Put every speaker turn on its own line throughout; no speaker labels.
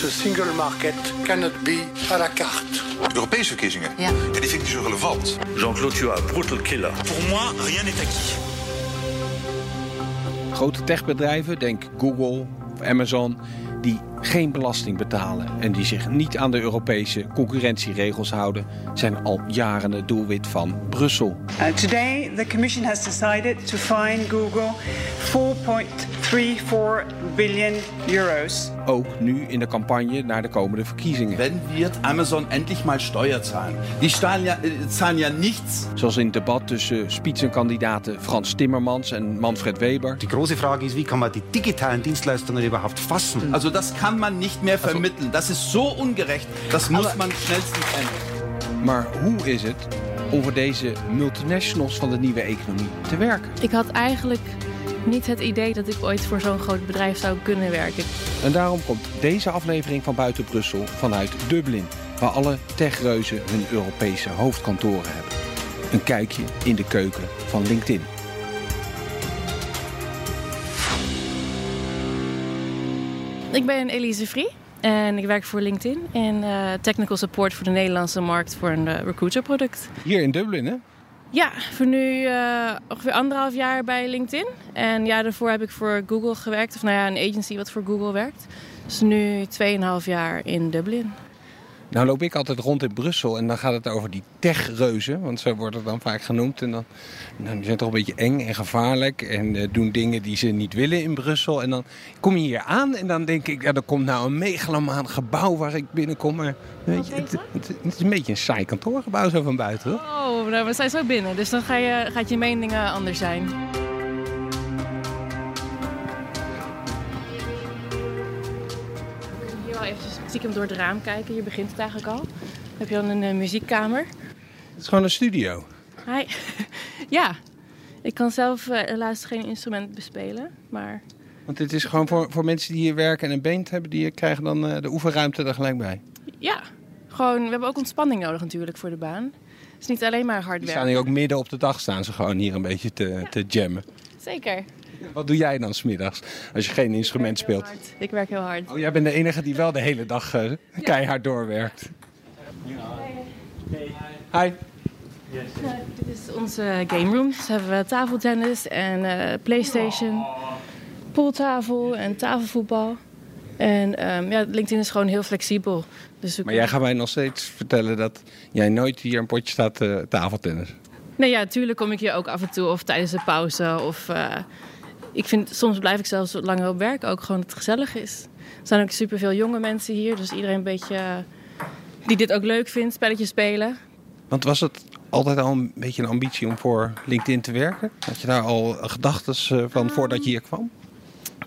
the single market cannot be à la carte.
Europese verkiezingen.
Ja.
die vind ik niet zo relevant.
Jean-Claude, tu as un brutal killer.
Pour moi, rien n'est acquis.
Grote techbedrijven, denk Google of Amazon, die geen belasting betalen en die zich niet aan de Europese concurrentieregels houden, zijn al jaren het doelwit van Brussel.
Uh, today, the Commission has decided to fine Google 4.34 billion euros.
Ook nu in de campagne naar de komende verkiezingen.
Wenn wird Amazon endlich mal Steuer zahlen? Die zahlen ja, äh, zahlen ja nichts.
Zoals in het debat tussen spitsenkandidaten Frans Timmermans en Manfred Weber.
Die große Frage ist, wie kann man die digitalen Dienstleistungen überhaupt fassen?
Also das kann man nicht mehr vermitteln. Das ist so ungerecht. Das muss man schnellstens ändern.
Maar hoe is het om voor deze multinationals van de nieuwe economie te werken?
Ik had eigenlijk niet het idee dat ik ooit voor zo'n groot bedrijf zou kunnen werken.
En daarom komt deze aflevering van Buiten Brussel vanuit Dublin, waar alle techreuzen hun Europese hoofdkantoren hebben. Een kijkje in de keuken van LinkedIn.
Ik ben Elise Vrij en ik werk voor LinkedIn en eh, technical support voor de Nederlandse markt voor een eh, recruiterproduct.
Hier in Dublin, hè?
Ja, voor nu eh, ongeveer anderhalf jaar bij LinkedIn. En ja, daarvoor heb ik voor Google gewerkt, of nou ja, een agency wat voor Google werkt. Dus nu 2,5 jaar in Dublin.
Nou loop ik altijd rond in Brussel en dan gaat het over die techreuzen, want zo wordt het dan vaak genoemd. En dan nou, die zijn toch een beetje eng en gevaarlijk en eh, doen dingen die ze niet willen in Brussel. En dan kom je hier aan en dan denk ik, ja, er komt nou een megalomaan gebouw waar ik binnenkom. Maar weet je, het, het- het is een beetje een saai kantoorgebouw zo van buiten, hoor.
Oh, nou, we zijn zo binnen, dus dan ga je, gaat je mening eh, anders zijn. Hier wel eventjes stiekem door het raam kijken, hier begint het eigenlijk al. Dan heb je dan een eh, muziekkamer.
Het is gewoon een studio.
Hi. ja, ik kan zelf eh, helaas geen instrument bespelen, maar
Want dit is gewoon voor, voor mensen die hier werken en een band hebben, die krijgen dan eh, de oefenruimte er gelijk bij.
ja. Gewoon, we hebben ook ontspanning nodig natuurlijk voor de baan. Het is niet alleen maar hard
Die staan
werken.
hier ook midden op de dag, staan ze gewoon hier een beetje te, te jammen.
Zeker.
Wat doe jij dan smiddags als je geen instrument speelt?
Ik werk heel hard.
Oh, jij bent de enige die wel de hele dag eh, keihard doorwerkt. Hi.
Eh, Dit is onze game room. Dus hebben we tafeltennis en eh, PlayStation, pooltafel en tafelvoetbal. En ehm, ja, LinkedIn is gewoon heel flexibel. Dus we
Maar
kunnen-
jij gaat mij nog steeds vertellen dat jij nooit hier een potje staat eh, tafeltennis.
Nee, ja, tuurlijk kom ik hier ook af en toe of tijdens de pauze. Of, eh, ik vind, soms blijf ik zelfs wat langer op werk, ook gewoon dat het gezellig is. Er zijn ook superveel jonge mensen hier, dus iedereen een beetje... eh, die dit ook leuk vindt, spelletjes spelen.
Want was het altijd al een beetje een ambitie om voor LinkedIn te werken? Had je daar al eh, gedachten van voordat je hier kwam?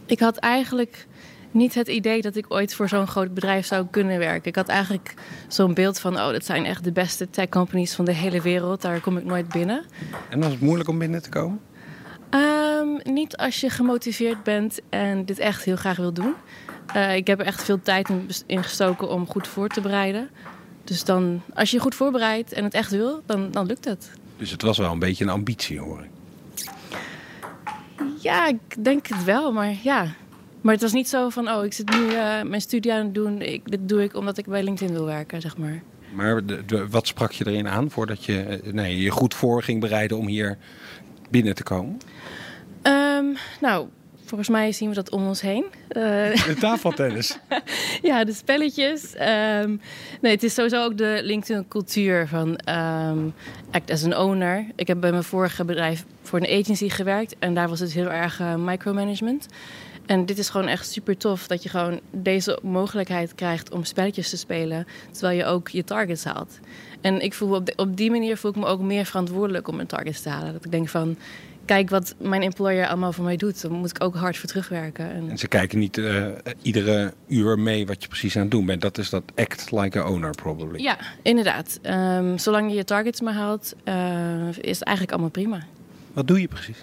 Ik had eigenlijk niet het idee dat ik ooit voor zo'n groot bedrijf zou kunnen werken. Ik had eigenlijk zo'n beeld van, oh, dat zijn echt de beste tech companies van de hele wereld. Daar kom ik nooit binnen.
En was het moeilijk om binnen te komen?
Ehm, niet als je gemotiveerd bent en dit echt heel graag wil doen. Eh, ik heb er echt veel tijd in, bes- in gestoken om goed voor te bereiden. Dus dan, als je je goed voorbereidt en het echt wil, dan, dan lukt het.
Dus het was wel een beetje een ambitie, hoor ik.
Ja, ik denk het wel, maar ja. Maar het was niet zo van, oh, ik zit nu eh, mijn studie aan het doen. Ik, dit doe ik omdat ik bij LinkedIn wil werken, zeg maar.
Maar de- de- wat sprak je erin aan voordat je eh, nee, je goed voor ging bereiden om hier binnen te komen?
Ehm, nou, volgens mij zien we dat om ons heen. Eh,
De tafeltennis.
ja, de spelletjes. ehm, nee, het is sowieso ook de LinkedIn-cultuur van ehm, act as an owner. Ik heb bij mijn vorige bedrijf voor een agency gewerkt en daar was het heel erg eh, micromanagement. En dit is gewoon echt super tof dat je gewoon deze mogelijkheid krijgt om spelletjes te spelen terwijl je ook je targets haalt. En ik voel op, de- op die manier voel ik me ook meer verantwoordelijk om mijn targets te halen. Dat ik denk van, kijk wat mijn employer allemaal voor mij doet. Daar moet ik ook hard voor terugwerken. En
En ze kijken niet eh, iedere uur mee wat je precies aan het doen bent. Dat is dat act like a owner, probably.
Ja, inderdaad. Ehm, zolang je je targets maar haalt, eh, is het eigenlijk allemaal prima.
Wat doe je precies?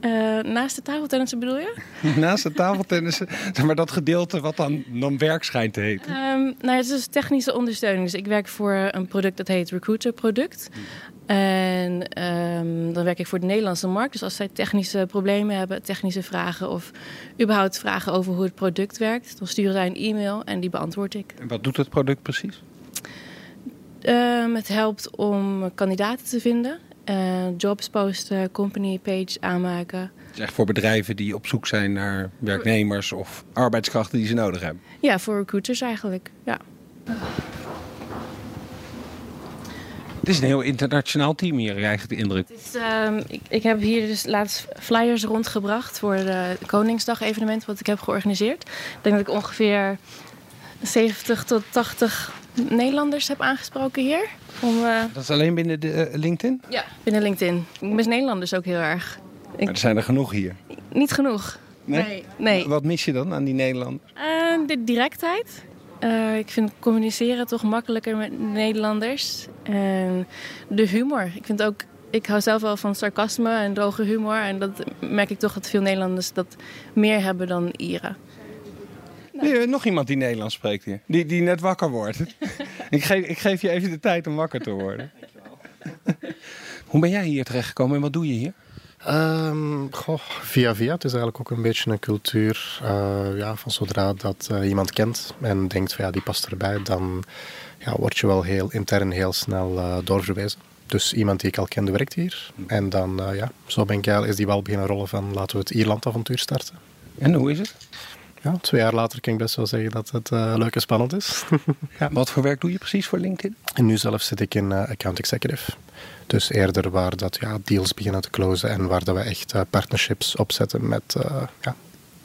Eh, naast de tafeltennissen bedoel je?
Naast het tafeltennissen, zeg maar dat gedeelte wat dan, dan werk schijnt te heten.
Ehm, nou, ja, het is dus technische ondersteuning. Dus ik werk voor een product dat heet Recruiter Product. En ehm, dan werk ik voor de Nederlandse markt. Dus als zij technische problemen hebben, technische vragen of überhaupt vragen over hoe het product werkt, dan sturen zij een e-mail en die beantwoord ik.
En wat doet het product precies?
Ehm, het helpt om kandidaten te vinden, eh, jobs posten, company page aanmaken.
Het is echt voor bedrijven die op zoek zijn naar werknemers of arbeidskrachten die ze nodig hebben.
Ja, voor recruiters eigenlijk. Ja.
Het is een heel internationaal team hier, krijg ik de indruk.
Dus, ehm, ik, ik heb hier dus laatst flyers rondgebracht voor de Koningsdag evenement wat ik heb georganiseerd. Ik denk dat ik ongeveer 70 tot 80 Nederlanders heb aangesproken hier. Om, eh,
Dat is alleen binnen de eh, LinkedIn?
ja, binnen LinkedIn. Ik mis Nederlanders ook heel erg.
Maar er zijn er genoeg hier.
Niet genoeg.
Nee?
Nee.
Wat mis je dan aan die Nederlanders?
Eh, de directheid. Eh, ik vind communiceren toch makkelijker met Nederlanders. En de humor. Ik vind ook. Ik hou zelf wel van sarcasme en droge humor. En dat merk ik toch dat veel Nederlanders dat meer hebben dan Ieren.
Nee, eh, nog iemand die Nederlands spreekt hier. Die, die net wakker wordt. ik, geef, ik geef je even de tijd om wakker te worden. Hoe ben jij hier terechtgekomen en wat doe je hier?
Ehm, goh, via via. Het is eigenlijk ook een beetje een cultuur eh, ja, van zodra dat eh, iemand kent en denkt van ja, die past erbij, dan ja, word je wel heel intern heel snel eh, doorverwezen. Dus iemand die ik al kende werkt hier. En dan, eh, ja, zo ben ik eigenlijk, is die wel beginnen rollen van laten we het Ierland-avontuur starten.
En hoe is het?
Ja, twee jaar later kan ik best wel zeggen dat het eh, leuk en spannend is. ja.
Wat voor werk doe je precies voor LinkedIn?
En nu zelf zit ik in eh, account executive. Dus eerder waar dat ja, deals beginnen te closen en waar dat we echt eh, partnerships opzetten met, eh, ja,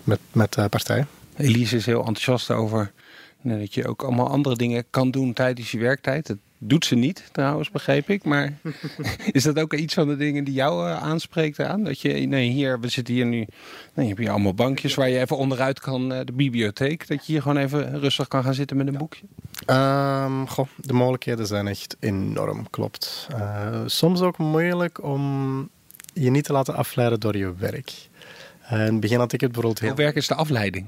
met, met eh, partijen.
Elise is heel enthousiast over nou, dat je ook allemaal andere dingen kan doen tijdens je werktijd. Dat doet ze niet trouwens, begreep ik. Maar is dat ook iets van de dingen die jou eh, aanspreekt aan? Dat je, nee, hier, we zitten hier nu, nou, je hebt hier allemaal bankjes waar je even onderuit kan, eh, de bibliotheek. Dat je hier gewoon even rustig kan gaan zitten met een boekje.
Ehm, goh, de mogelijkheden zijn echt enorm, klopt. Eh, soms ook moeilijk om je niet te laten afleiden door je werk. Eh, in het begin had ik het bijvoorbeeld heel...
Heel werk is de afleiding.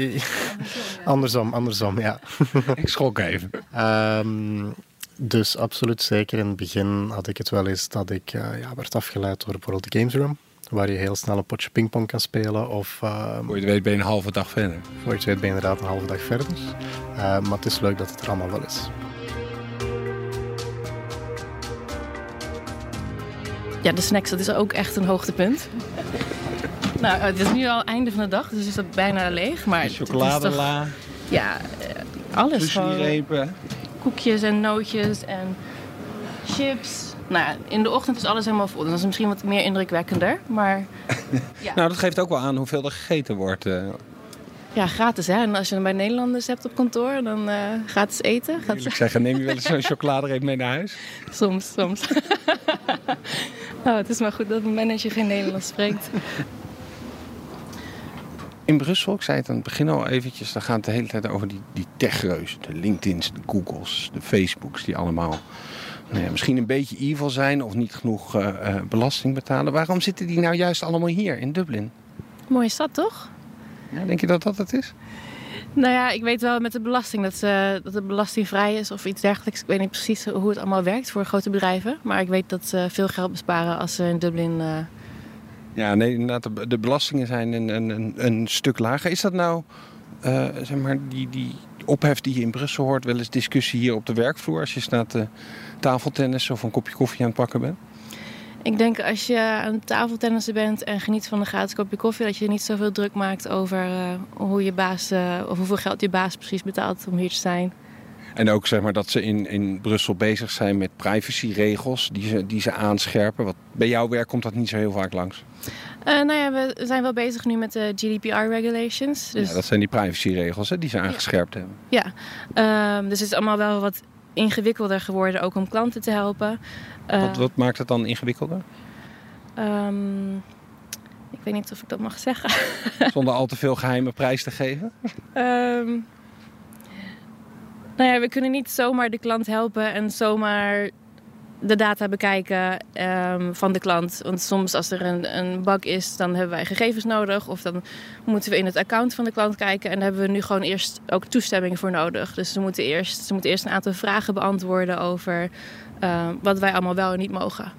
andersom, andersom, ja.
Ik schrok even.
Ehm, dus absoluut zeker. In het begin had ik het wel eens dat ik eh, ja, werd afgeleid door bijvoorbeeld de Games Room. Waar je heel snel een potje pingpong kan spelen. Of ehm,
Voor je het weet ben je een halve dag verder.
voor je het weet ben je inderdaad een halve dag verder. Eh, maar het is leuk dat het er allemaal wel is.
Ja, de snacks, dat is ook echt een hoogtepunt. nou, het is nu al einde van de dag, dus is dat bijna leeg. Maar het is toch-
Chocoladela,
Ja, eh, alles. gewoon.
sushirepen.
koekjes en nootjes en chips. Nou, ja, in de ochtend is alles helemaal vol. dus Dat is misschien wat meer indrukwekkender. Maar
Nou, dat geeft ook wel aan hoeveel er gegeten wordt. eh.
ja, gratis hè. En als je dan bij Nederlanders hebt op kantoor, dan eh, gratis eten. Gratis...
Ik zeg, neem je wel eens zo'n chocoladereep mee naar huis?
Soms, soms. nou, het is maar goed dat mijn manager geen Nederlands spreekt.
In Brussel, ik zei het aan het begin al eventjes, dan gaat het de hele tijd over die, die techreuzen. De LinkedIn's, de Googles, de Facebooks, die allemaal nou ja, misschien een beetje evil zijn of niet genoeg eh, eh, belasting betalen. Waarom zitten die nou juist allemaal hier in Dublin?
Mooie stad, toch?
Ja, denk je dat dat het is?
Nou ja, ik weet wel met de belasting dat, ze, dat het belastingvrij is of iets dergelijks. Ik weet niet precies hoe het allemaal werkt voor grote bedrijven. Maar ik weet dat ze veel geld besparen als ze in Dublin... eh,
Ja, nee, inderdaad, de, de belastingen zijn een, een, een, een stuk lager. Is dat nou, eh, zeg maar, die, die ophef die je in Brussel hoort, wel eens discussie hier op de werkvloer als je staat eh tafeltennis of een kopje koffie aan het pakken bent?
Ik denk als je aan het tafeltennissen bent en geniet van een gratis kopje koffie, dat je niet zoveel druk maakt over eh, hoe je baas, eh, of hoeveel geld je baas precies betaalt om hier te zijn.
En ook zeg maar dat ze in, in Brussel bezig zijn met privacyregels die ze, die ze aanscherpen. Wat, bij jouw werk komt dat niet zo heel vaak langs.
Eh, nou ja, we zijn wel bezig nu met de GDPR regulations. Dus,
Ja, dat zijn die privacyregels hè, die ze aangescherpt hebben.
ja. Ehm, dus het is allemaal wel wat ingewikkelder geworden, ook om klanten te helpen. Eh,
Wat, wat maakt het dan ingewikkelder?
ehm, ik weet niet of ik dat mag zeggen.
Zonder al te veel geheime prijs te geven?
Ehm, nou ja, we kunnen niet zomaar de klant helpen en zomaar de data bekijken ehm, van de klant. Want soms als er een, een bug is, dan hebben wij gegevens nodig. Of dan moeten we in het account van de klant kijken. En daar hebben we nu gewoon eerst ook toestemming voor nodig. Dus ze moeten eerst, ze moeten eerst een aantal vragen beantwoorden over ehm, wat wij allemaal wel en niet mogen.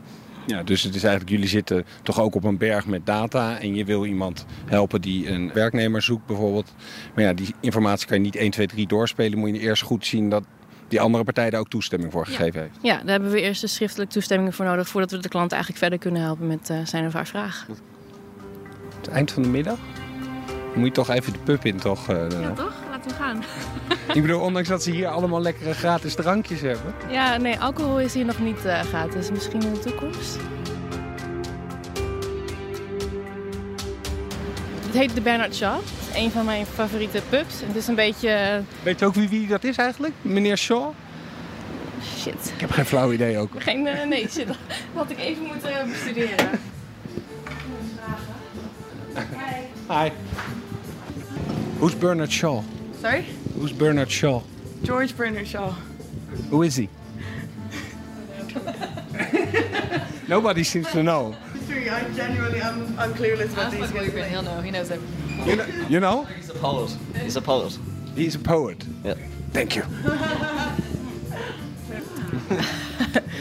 Ja, dus het is eigenlijk, jullie zitten toch ook op een berg met data en je wil iemand helpen die een werknemer zoekt bijvoorbeeld. Maar ja, die informatie kan je niet 1, 2, 3 doorspelen. Moet je eerst goed zien dat die andere partij daar ook toestemming voor gegeven heeft.
Ja, daar hebben we eerst de schriftelijke toestemming voor nodig voordat we de klant eigenlijk verder kunnen helpen met eh, zijn of haar vraag.
Het eind van de middag? Moet je toch even de pub in, toch? eh, daarna?
toch? Laten we gaan.
Ik bedoel, ondanks dat ze hier allemaal lekkere gratis drankjes hebben.
Ja, nee, alcohol is hier nog niet eh, gratis. Misschien in de toekomst. Het heet de Bernard Shaw. Het is een van mijn favoriete pubs. Het is een beetje... eh,
Weet je ook wie, wie dat is eigenlijk? Meneer Shaw?
Shit.
Ik heb geen flauw idee ook.
Geen, eh, nee, shit. Dat had ik even moeten eh, bestuderen.
Hi. Hoe is Bernard Shaw?
Sorry?
Hoe is Bernard Shaw?
George Bernard Shaw.
Hoe is hij? Nobody seems to know.
I'm genuinely, I'm, I'm clueless about these guys.
He'll know. He knows everything.
You know? You know?
He's a poet. He's a poet.
He's a poet.
Yeah.
Thank you. What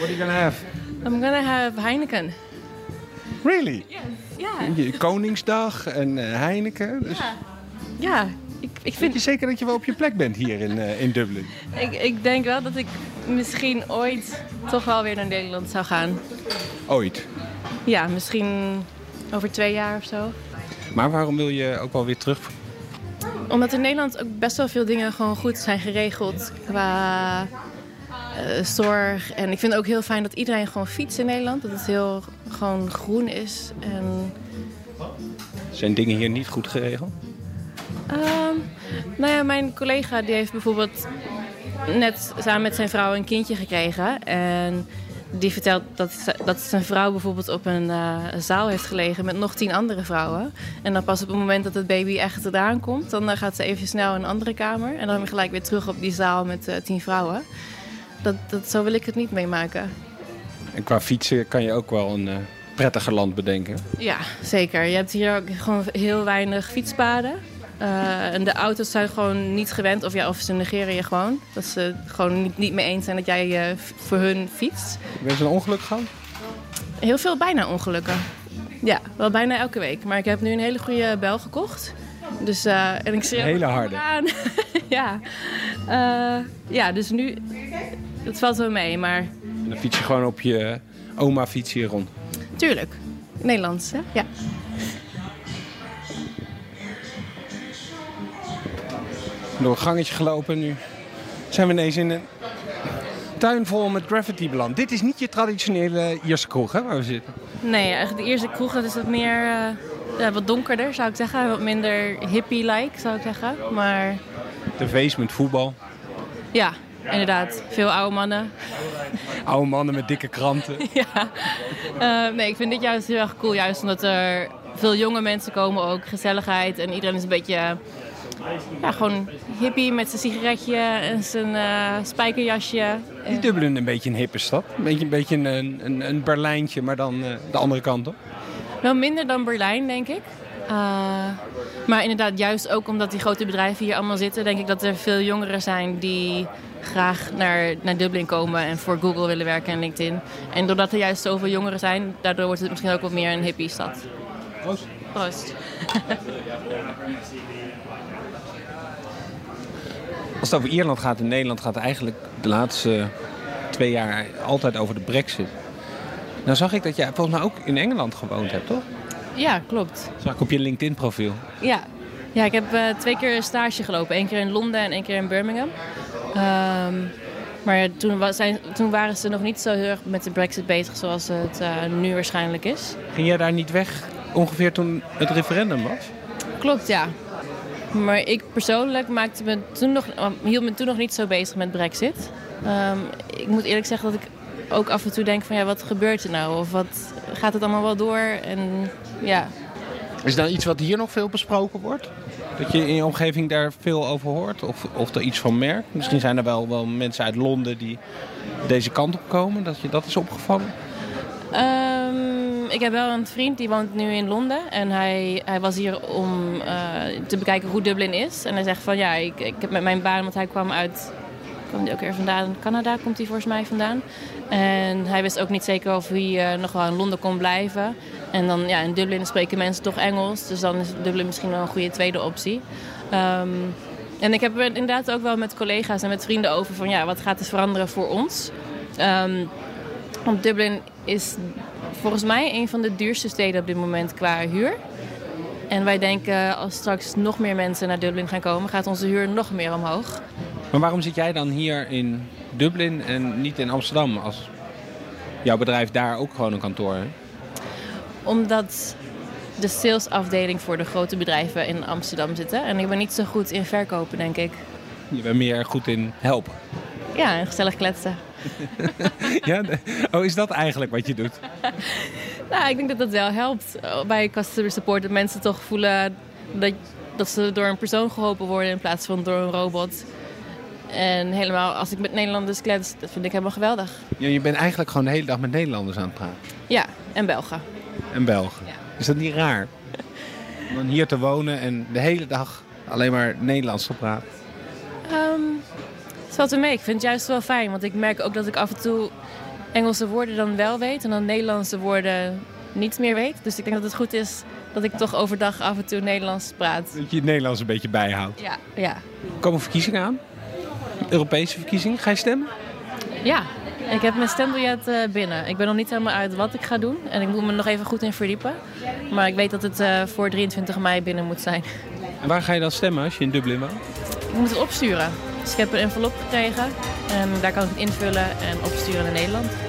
are you gonna have?
I'm gonna have Heineken.
Really?
Ja.
Koningsdag en eh, Heineken. Dus
Ja. Ja. Ik, ik
Vind
vind
je zeker dat je wel op je plek bent hier in, eh, in Dublin?
Ik, ik denk wel dat ik misschien ooit toch wel weer naar Nederland zou gaan.
Ooit.
Ja, misschien over twee jaar of zo.
Maar waarom wil je ook wel weer terug?
Omdat in Nederland ook best wel veel dingen gewoon goed zijn geregeld qua eh, zorg. En ik vind het ook heel fijn dat iedereen gewoon fietst in Nederland. Dat het heel gewoon groen is. En
Zijn dingen hier niet goed geregeld?
Ehm, nou ja, mijn collega die heeft bijvoorbeeld net samen met zijn vrouw een kindje gekregen. En die vertelt dat, ze- dat zijn vrouw bijvoorbeeld op een eh, zaal heeft gelegen met nog tien andere vrouwen. En dan pas op het moment dat het baby echt eraan komt, dan eh, gaat ze even snel in een andere kamer. En dan gelijk weer terug op die zaal met eh, tien vrouwen. Dat, dat, zo wil ik het niet meemaken.
En qua fietsen kan je ook wel een eh, prettiger land bedenken.
Ja, zeker. Je hebt hier ook gewoon heel weinig fietspaden. Eh, en de auto's zijn gewoon niet gewend, of, ja, of ze negeren je gewoon. Dat ze het gewoon niet, niet mee eens zijn dat jij eh, f- voor hun fietst.
Ben je een ongeluk gehad?
Heel veel bijna ongelukken. Ja, wel bijna elke week. Maar ik heb nu een hele goede bel gekocht. Dus, eh, en ik schreeuw
Een hele harde.
aan. ja. Eh, ja, dus nu... Het valt wel mee, maar
En dan fiets je gewoon op je oma fiets hier rond.
tuurlijk. Nederlands, hè? Ja.
Door een gangetje gelopen nu. Zijn we ineens in een tuin vol met graffiti beland. Dit is niet je traditionele Ierse kroeg hè, waar we zitten.
Nee, eigenlijk de eerste kroeg dat is wat meer eh, ja, wat donkerder zou ik zeggen. Wat minder hippie-like zou ik zeggen. Maar
De feest met voetbal.
ja, inderdaad, veel oude mannen.
Oude mannen met dikke kranten.
ja. Eh, nee, ik vind dit juist heel erg cool. Juist omdat er veel jonge mensen komen ook. Gezelligheid en iedereen is een beetje eh, ja, gewoon hippie met zijn sigaretje en zijn eh, spijkerjasje.
Is Dublin een beetje een hippe stad? Een beetje een, beetje een, een, een Berlijntje, maar dan eh, de andere kant op.
Wel minder dan Berlijn, denk ik. Eh, maar inderdaad, juist ook omdat die grote bedrijven hier allemaal zitten, denk ik dat er veel jongeren zijn die graag naar, naar Dublin komen en voor Google willen werken en LinkedIn. En doordat er juist zoveel jongeren zijn, daardoor wordt het misschien ook wat meer een hippie stad.
Proost.
Proost.
Als het over Ierland gaat en Nederland gaat eigenlijk de laatste twee jaar altijd over de brexit. Nou zag ik dat jij volgens mij ook in Engeland gewoond hebt, toch?
Ja, klopt.
Zag ik op je LinkedIn profiel.
Ja, ja ik heb eh, twee keer stage gelopen. Eén keer in Londen en één keer in Birmingham. Ehm, maar toen, wa- zijn, toen waren ze nog niet zo heel erg met de brexit bezig zoals het eh, nu waarschijnlijk is.
Ging jij daar niet weg ongeveer toen het referendum was?
Klopt, ja. Maar ik persoonlijk maakte me toen nog, hield me toen nog niet zo bezig met Brexit. Ehm, ik moet eerlijk zeggen dat ik ook af en toe denk van ja, wat gebeurt er nou? Of wat gaat het allemaal wel door? En ja,
Is dat iets wat hier nog veel besproken wordt? Dat je in je omgeving daar veel over hoort? Of, of er iets van merkt? Misschien zijn er wel, wel mensen uit Londen die deze kant op komen. Dat je dat is opgevallen?
Ehm, ik heb wel een vriend die woont nu in Londen. En hij, hij was hier om eh, te bekijken hoe Dublin is. En hij zegt van ja, ik, ik heb met mijn baan, want hij kwam uit. Kwam hij ook weer vandaan? Canada komt hij volgens mij vandaan. En hij wist ook niet zeker of hij eh, nog wel in Londen kon blijven. En dan ja, in Dublin spreken mensen toch Engels. Dus dan is Dublin misschien wel een goede tweede optie. Ehm, en ik heb er inderdaad ook wel met collega's en met vrienden over van ja, wat gaat het veranderen voor ons? Ehm, want Dublin is volgens mij een van de duurste steden op dit moment qua huur. En wij denken als straks nog meer mensen naar Dublin gaan komen, gaat onze huur nog meer omhoog.
Maar waarom zit jij dan hier in Dublin en niet in Amsterdam? Als jouw bedrijf daar ook gewoon een kantoor heeft?
Omdat de salesafdeling voor de grote bedrijven in Amsterdam zitten. En ik ben niet zo goed in verkopen, denk ik.
Je bent meer goed in helpen.
Ja, en gezellig kletsen.
ja? Oh, is dat eigenlijk wat je doet?
Nou, ik denk dat dat wel helpt eh, bij customer support. Dat mensen toch voelen dat, dat ze door een persoon geholpen worden in plaats van door een robot. En helemaal, als ik met Nederlanders klets, dat vind ik helemaal geweldig.
Ja, je bent eigenlijk gewoon de hele dag met Nederlanders aan het praten.
Ja, en Belgen.
En Belgen. Is dat niet raar? Om dan hier te wonen en de hele dag alleen maar Nederlands te praten.
Ehm het valt er mee. Ik vind het juist wel fijn. Want ik merk ook dat ik af en toe Engelse woorden dan wel weet. En dan Nederlandse woorden niet meer weet. Dus ik denk dat het goed is dat ik toch overdag af en toe Nederlands praat.
Dat je het Nederlands een beetje bijhoudt.
Ja, ja.
Er komen verkiezingen aan. Europese verkiezingen. Ga je stemmen?
Ja, ik heb mijn stembiljet eh, binnen. Ik ben nog niet helemaal uit wat ik ga doen. En ik moet me nog even goed in verdiepen. Maar ik weet dat het eh, voor 23 mei binnen moet zijn.
En waar ga je dan stemmen als je in Dublin woont?
Ik moet het opsturen. Dus ik heb een envelop gekregen. En daar kan ik het invullen en opsturen naar Nederland.